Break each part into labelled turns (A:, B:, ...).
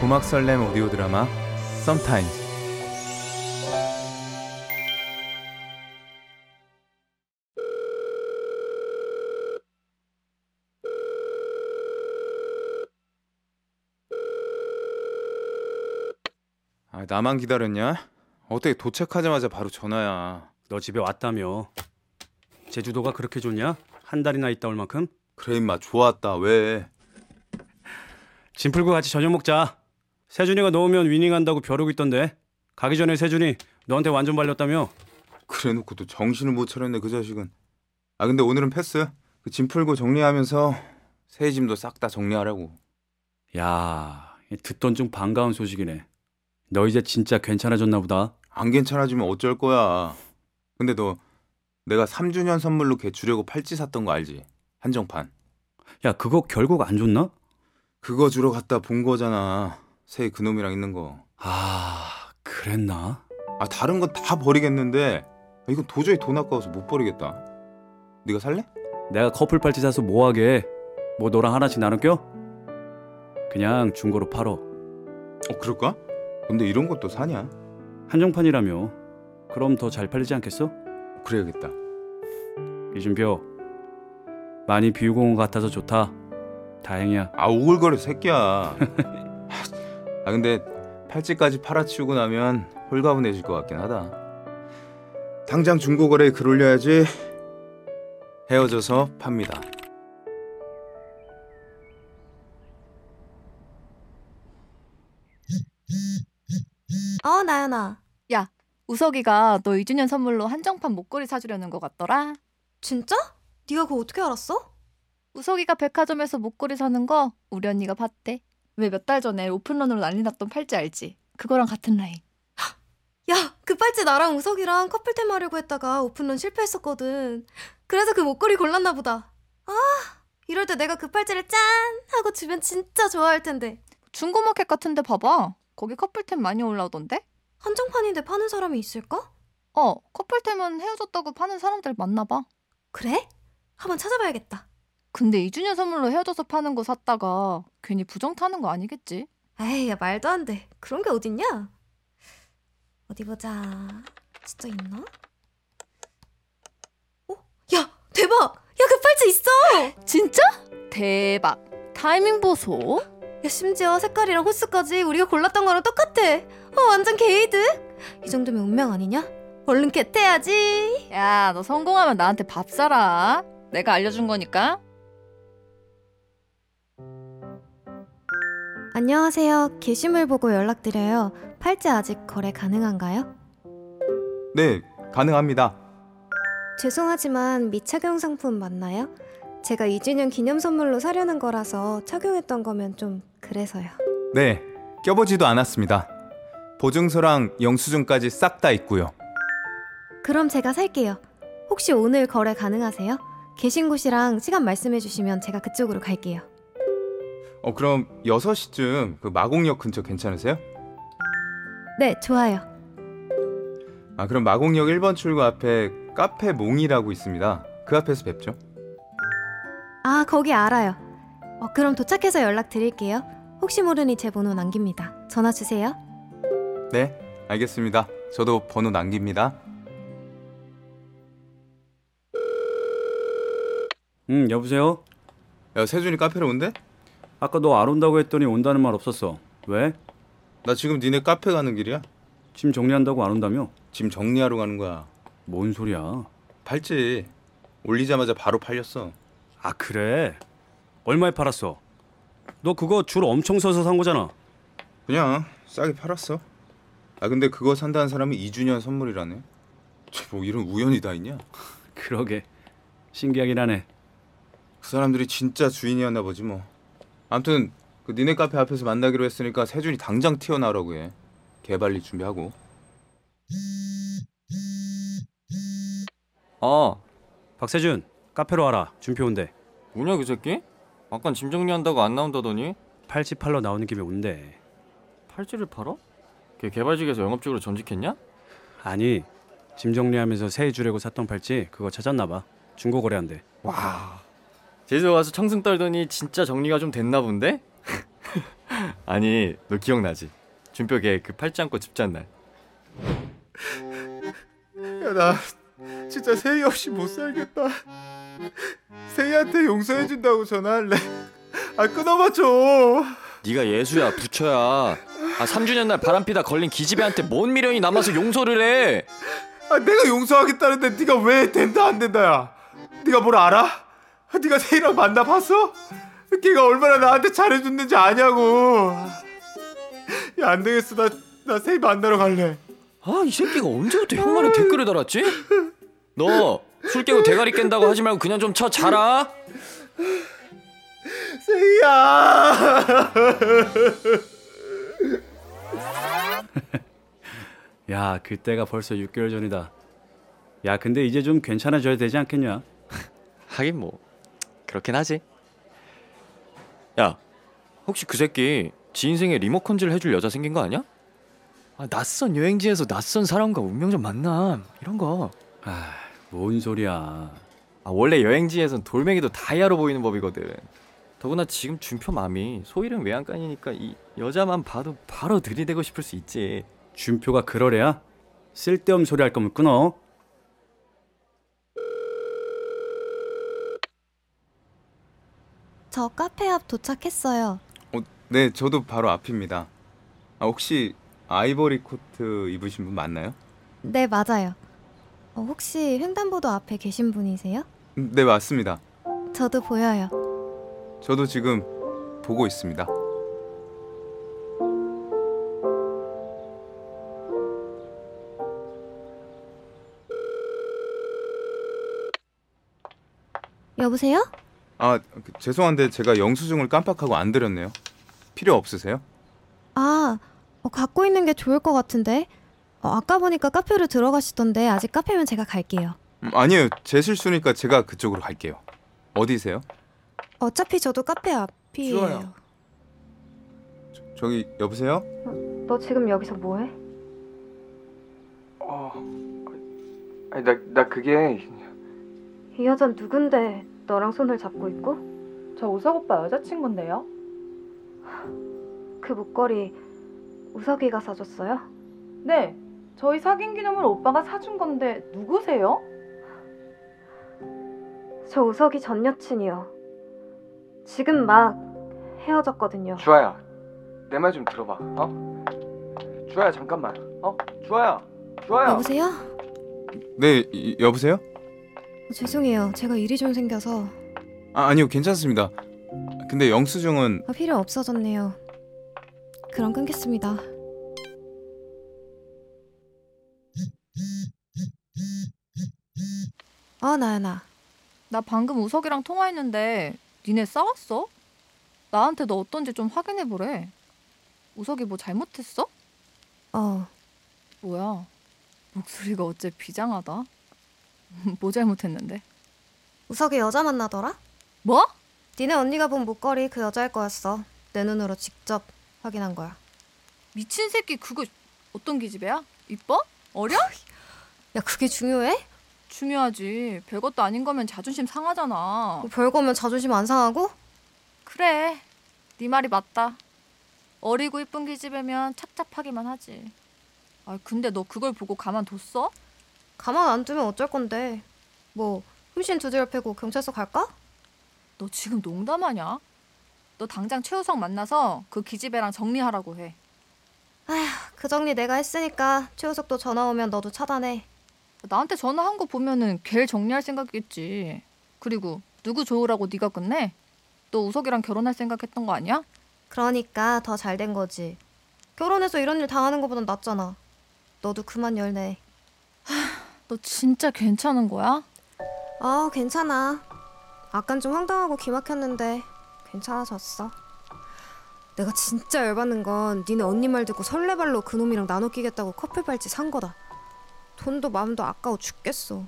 A: 고막 설렘 오디오 드라마 Sometimes 아, 나만 기다렸냐? 어떻게 도착하자마자 바로 전화야.
B: 너 집에 왔다며. 제주도가 그렇게 좋냐? 한 달이나 있다 올 만큼?
A: 그래 임마 좋았다. 왜?
B: 짐 풀고 같이 저녁 먹자. 세준이가 넣으면 위닝한다고 벼르고 있던데. 가기 전에 세준이 너한테 완전 발렸다며.
A: 그래 놓고 또 정신을 못 차렸네 그 자식은. 아 근데 오늘은 패스. 그 짐 풀고 정리하면서 새 짐도 싹 다 정리하라고.
B: 야, 이 듣던 중 반가운 소식이네. 너 이제 진짜 괜찮아졌나 보다.
A: 안 괜찮아지면 어쩔 거야. 근데 너 내가 3주년 선물로 걔 주려고 팔찌 샀던 거 알지? 한정판.
B: 야, 그거 결국 안 줬나?
A: 그거 주러 갔다 본 거잖아. 새 그놈이랑 있는 거.
B: 아, 그랬나?
A: 아 다른 건 다 버리겠는데 아, 이건 도저히 돈 아까워서 못 버리겠다. 네가 살래?
B: 내가 커플 팔찌 사서 뭐하게? 해? 뭐 너랑 하나씩 나눠 껴? 그냥 중고로 팔어.
A: 어 그럴까? 근데 이런 것도 사냐?
B: 한정판이라며. 그럼 더 잘 팔리지 않겠어?
A: 그래야겠다.
B: 이준표 많이 비우고 온 것 같아서 좋다 다행이야
A: 아 오글거려 새끼야. 아 근데 팔찌까지 팔아치우고 나면 홀가분해질 것 같긴 하다. 당장 중고거래에 글 올려야지. 헤어져서 팝니다.
C: 어, 나연아.
D: 우석이가 너 2주년 선물로 한정판 목걸이 사주려는 것 같더라.
C: 진짜? 네가 그거 어떻게 알았어?
D: 우석이가 백화점에서 목걸이 사는 거 우리 언니가 봤대. 왜 몇 달 전에 오픈런으로 난리 났던 팔찌 알지? 그거랑 같은 라인.
C: 야, 그 팔찌 나랑 우석이랑 커플템 하려고 했다가 오픈런 실패했었거든. 그래서 그 목걸이 골랐나 보다. 아, 이럴 때 내가 그 팔찌를 짠 하고 주면 진짜 좋아할 텐데.
D: 중고마켓 같은데 봐봐. 거기 커플템 많이 올라오던데?
C: 한정판인데 파는 사람이 있을까?
D: 어, 커플템은 헤어졌다고 파는 사람들 많나 봐.
C: 그래? 한번 찾아봐야겠다.
D: 근데 2주년 선물로 헤어져서 파는 거 샀다가 괜히 부정 타는 거 아니겠지?
C: 에이, 야 말도 안 돼. 그런 게 어딨냐? 어디 보자. 진짜 있나? 어? 야, 대박! 야, 그 팔찌 있어!
D: 진짜? 대박. 타이밍 보소.
C: 야, 심지어 색깔이랑 호수까지 우리가 골랐던 거랑 똑같아. 어, 완전 개이득. 이 정도면 운명 아니냐? 얼른 캣해야지.
D: 야, 너 성공하면 나한테 밥 사라. 내가 알려준 거니까.
C: 안녕하세요. 게시물 보고 연락드려요. 팔찌 아직 거래 가능한가요?
A: 네 가능합니다.
C: 죄송하지만 미착용 상품 맞나요? 제가 2주년 기념 선물로 사려는 거라서 착용했던 거면 좀 그래서요.
A: 네 껴보지도 않았습니다. 보증서랑 영수증까지 싹 다 있고요.
C: 그럼 제가 살게요. 혹시 오늘 거래 가능하세요? 계신 곳이랑 시간 말씀해 주시면 제가 그쪽으로 갈게요.
A: 어 그럼 6시쯤 그 마곡역 근처 괜찮으세요?
C: 네, 좋아요.
A: 아 그럼 마곡역 1번 출구 앞에 카페 몽이라고 있습니다. 그 앞에서 뵙죠.
C: 아, 거기 알아요. 어, 그럼 도착해서 연락드릴게요. 혹시 모르니 제 번호 남깁니다. 전화 주세요.
A: 네 알겠습니다. 저도 번호 남깁니다.
B: 응 여보세요
A: 야 세준이 카페로 온대?
B: 아까 너 안 온다고 했더니 온다는 말 없었어 왜?
A: 나 지금 니네 카페 가는 길이야.
B: 짐 정리한다고 안 온다며?
A: 짐 정리하러 가는 거야.
B: 뭔 소리야
A: 팔찌 올리자마자 바로 팔렸어.
B: 아 그래 얼마에 팔았어? 너 그거 줄 엄청 서서 산 거잖아
A: 그냥 싸게 팔았어. 아 근데 그거 산다는 사람이 2주년 선물이라네. 쟤 뭐 이런 우연이 다 있냐?
B: 그러게 신기하긴 하네
A: 그 사람들이 진짜 주인이었나 보지 뭐. 아무튼 그 니네 카페 앞에서 만나기로 했으니까 세준이 당장 튀어나오라고 해. 개발리 준비하고.
E: 아,
B: 박세준 카페로 와라 준표 온대
E: 뭐냐 그 새끼? 아까 짐 정리한다고 안 나온다더니
B: 팔찌 팔러 나오는 김에 온대
E: 팔찌를 팔아? 걔 개발직에서 영업직으로 전직했냐?
B: 아니 짐 정리하면서 새해 주려고 샀던 팔찌 그거 찾았나 봐 중고 거래한대
E: 와, 제주 와서 청승 떨더니 진짜 정리가 좀 됐나 본데? 아니 너 기억나지? 준표 걔 그 팔짱 거 집잔 날.
A: 야 나 진짜 세희 없이 못 살겠다. 세희한테 용서해 준다고 전화할래. 아 끊어봐 줘.
E: 네가 예수야 부처야. 아 3주년 날 바람피다 걸린 기집애한테 뭔 미련이 남아서 용서를 해?
A: 아 내가 용서하겠다는데 네가 왜 된다 안 된다야? 네가 뭘 알아? 아, 네가 세희랑 만나봤어? 걔가 얼마나 나한테 잘해줬는지 아냐고. 야 안 되겠어 나 나 세희 만나러 갈래.
E: 아 이 새끼가 언제부터 형 말에 댓글을 달았지? 너 술 깨고 대가리 깬다고 하지 말고 그냥 좀 쳐 자라.
A: 세희야.
B: 야, 그때가 벌써 6개월 전이다. 야, 근데 이제 좀 괜찮아져야 되지 않겠냐?
E: 하긴 뭐 그렇긴 하지. 야 혹시 그 새끼 지 인생에 리모컨질 해줄 여자 생긴 거 아니야? 아 낯선 여행지에서 낯선 사람과 운명적 만남 이런 거.
B: 아, 뭔 소리야.
E: 아, 원래 여행지에선 돌멩이도 다이아로 보이는 법이거든. 더구나 지금 준표 맘이 소일은 외양간이니까 이 여자만 봐도 바로 들이대고 싶을 수 있지.
B: 준표가 그러래야? 쓸데없는 소리 할 거면 끊어.
C: 저 카페 앞 도착했어요.
A: 네 저도 바로 앞입니다. 아 혹시 아이보리 코트 입으신 분 맞나요?
C: 네, 맞아요. 어, 혹시 횡단보도 앞에 계신 분이세요?
A: 네 맞습니다.
C: 저도 보여요.
A: 저도 지금 보고 있습니다.
C: 여보세요?
A: 아 그, 죄송한데 제가 영수증을 깜빡하고 안 드렸네요. 필요 없으세요?
C: 아, 어, 갖고 있는 게 좋을 것 같은데. 어, 아까 보니까 카페로 들어가시던데 아직 카페면 제가 갈게요.
A: 음, 아니에요. 제 실수니까 제가 그쪽으로 갈게요. 어디세요?
C: 어차피 저도 카페 앞이에요.
A: 좋아요. 저기 여보세요?
C: 너 지금 여기서 뭐해?
F: 어, 아니 나, 나 그게
C: 이 여잔 누군데 너랑 손을 잡고 있고?
G: 저 우석 오빠 여자친구인데요.
C: 그 목걸이 우석이가 사줬어요?
G: 네, 저희 사귄 기념으로 오빠가 사준 건데 누구세요?
C: 저 우석이 전 여친이요. 지금 막 헤어졌거든요.
F: 주아야 내 말 좀 들어봐 어? 주아야 잠깐만 어? 주아야 주아야
C: 여보세요? 어,
A: 네 이- 여보세요?
C: 죄송해요. 제가 일이 좀 생겨서
A: 아 아니요 괜찮습니다. 근데 영수증은
C: 아, 필요 없어졌네요. 그럼 끊겠습니다. 어 나연아.
D: 나 방금 우석이랑 통화했는데 니네 싸웠어? 나한테 너 어떤지 좀 확인해보래. 우석이 뭐 잘못했어?
C: 어
D: 뭐야? 목소리가 어째 비장하다. 뭐 잘못했는데?
C: 우석이 여자 만나더라?
D: 뭐?
C: 니네 언니가 본 목걸이 그 여자일 거였어. 내 눈으로 직접 확인한 거야.
D: 미친 새끼 그거 어떤 기집애야? 이뻐? 어려?
C: 야 그게 중요해?
D: 중요하지. 별것도 아닌 거면 자존심 상하잖아.
C: 뭐 별거면 자존심 안 상하고?
D: 그래. 네 말이 맞다. 어리고 이쁜 기집애면 착잡하기만 하지. 아 근데 너 그걸 보고 가만뒀어?
C: 가만 안 두면 어쩔 건데. 뭐 흠신 두드려 패고 경찰서 갈까?
D: 너 지금 농담하냐? 너 당장 최우석 만나서 그 기집애랑 정리하라고 해.
C: 그 정리 내가 했으니까 최우석도 전화 오면 너도 차단해.
D: 나한테 전화한 거 보면은 걔 정리할 생각이겠지. 그리고 누구 좋으라고 네가 끝내? 너 우석이랑 결혼할 생각했던 거 아니야?
C: 그러니까 더 잘 된 거지. 결혼해서 이런 일 당하는 것보단 낫잖아. 너도 그만 열내.
D: 너 진짜 괜찮은 거야?
C: 아 괜찮아. 아깐 좀 황당하고 기막혔는데 괜찮아졌어. 내가 진짜 열받는 건 니네 언니 말 듣고 설레발로 그놈이랑 나눠 끼겠다고 커플 발찌 산 거다. 돈도 마음도 아까워 죽겠어.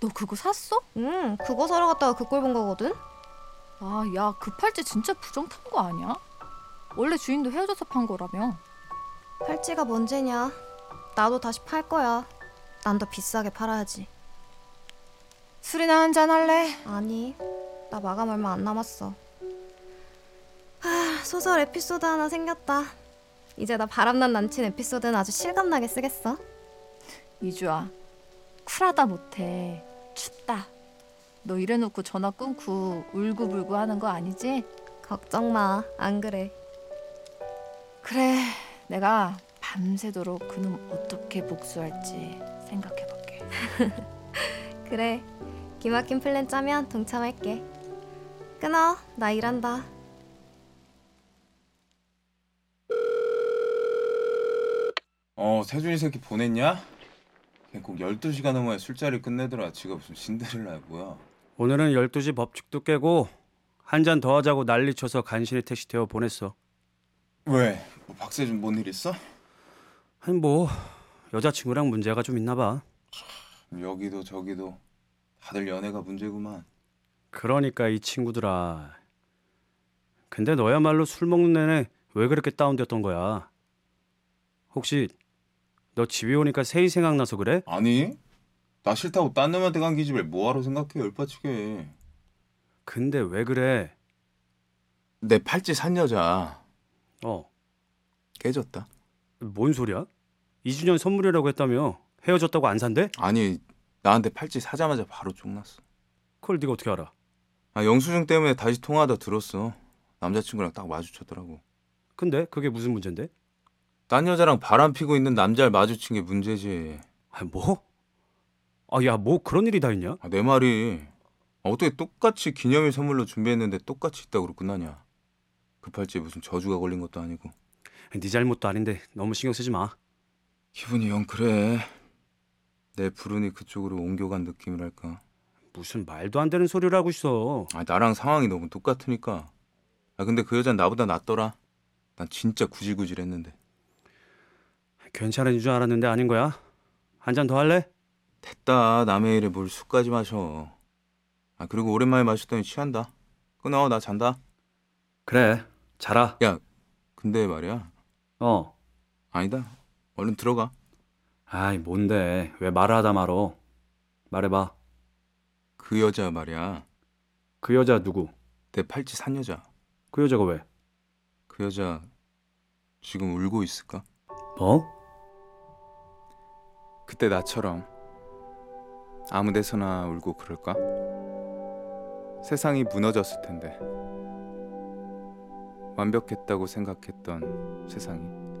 D: 너 그거 샀어?
C: 응, 그거 사러 갔다가 그 꼴 본 거거든.
D: 아, 야, 그 팔찌 진짜 부정 탄 거 아니야? 원래 주인도 헤어져서 판 거라며.
C: 팔찌가 뭔지냐? 나도 다시 팔 거야. 난 더 비싸게 팔아야지.
G: 술이나 한잔 할래?
C: 아니, 나 마감 얼마 안 남았어. 하, 소설 에피소드 하나 생겼다. 이제 나 바람난 남친 에피소드는 아주 실감나게 쓰겠어.
D: 이주아 쿨하다 못해 춥다 너 이래놓고 전화 끊고 울고불고 하는 거 아니지?
C: 걱정 마. 안 그래.
D: 그래 내가 밤새도록 그놈 어떻게 복수할지 생각해볼게
C: 그래. 기막힌 플랜 짜면 동참할게. 끊어. 나 일한다.
A: 어, 세준이 새끼 보냈냐? 걔꼭 12시간 넘어야 술자리 끝내더라. 지가 무슨 신데렐라야, 뭐야.
B: 오늘은 12시 법칙도 깨고 한 잔 더 하자고 난리 쳐서 간신히 택시 태워 보냈어.
A: 왜? 뭐 박세준 뭔 일 있어?
B: 아니 뭐 여자친구랑 문제가 좀 있나 봐.
A: 여기도 저기도 다들 연애가 문제구만.
B: 그러니까 이 친구들아. 근데 너야말로 술 먹는 내내 왜 그렇게 다운됐던 거야? 혹시 너 집에 오니까 세이 생각나서 그래?
A: 아니, 나 싫다고 딴 놈한테 간 기집애 뭐하러 생각해, 열받치게.
B: 근데 왜 그래?
A: 내 팔찌 산 여자
B: 어,
A: 깨졌다.
B: 뭔 소리야? 2주년 선물이라고 했다며 헤어졌다고 안 산대?
A: 아니, 나한테 팔찌 사자마자 바로 쪽났어.
B: 그걸 네가 어떻게 알아?
A: 아, 영수증 때문에 다시 통화하다 들었어. 남자친구랑 딱 마주쳤더라고.
B: 근데 그게 무슨 문제인데?
A: 딴 여자랑 바람 피고 있는 남자를 마주친 게 문제지.
B: 아 뭐? 아 야 뭐 그런 일이 다 있냐?
A: 아, 내 말이 아, 어떻게 똑같이 기념일 선물로 준비했는데 똑같이 있다고 끝나냐? 급할지 무슨 저주가 걸린 것도 아니고
B: 네 잘못도 아닌데 너무 신경 쓰지 마.
A: 기분이 영 그래. 내 불운이 그쪽으로 옮겨간 느낌이랄까.
B: 무슨 말도 안 되는 소리를 하고 있어.
A: 아, 나랑 상황이 너무 똑같으니까. 아 근데 그 여자는 나보다 낫더라. 난 진짜 구질구질했는데
B: 괜찮은 줄 알았는데 아닌 거야? 한 잔 더 할래?
A: 됐다 남의 일에 뭘 술까지 마셔. 아 그리고 오랜만에 마셨더니 취한다. 끊어 나 잔다.
B: 그래. 자라.
A: 근데 말이야
B: 어.
A: 아니다 얼른 들어가.
B: 아이 뭔데 왜 말을 하다 말어? 말해봐.
A: 그 여자 말이야
B: 그 여자 누구?
A: 내 팔찌 산 여자.
B: 그 여자가 왜?
A: 그 여자 지금 울고 있을까?
B: 뭐?
A: 그때 나처럼 아무 데서나 울고 그럴까? 세상이 무너졌을 텐데 완벽했다고 생각했던 세상이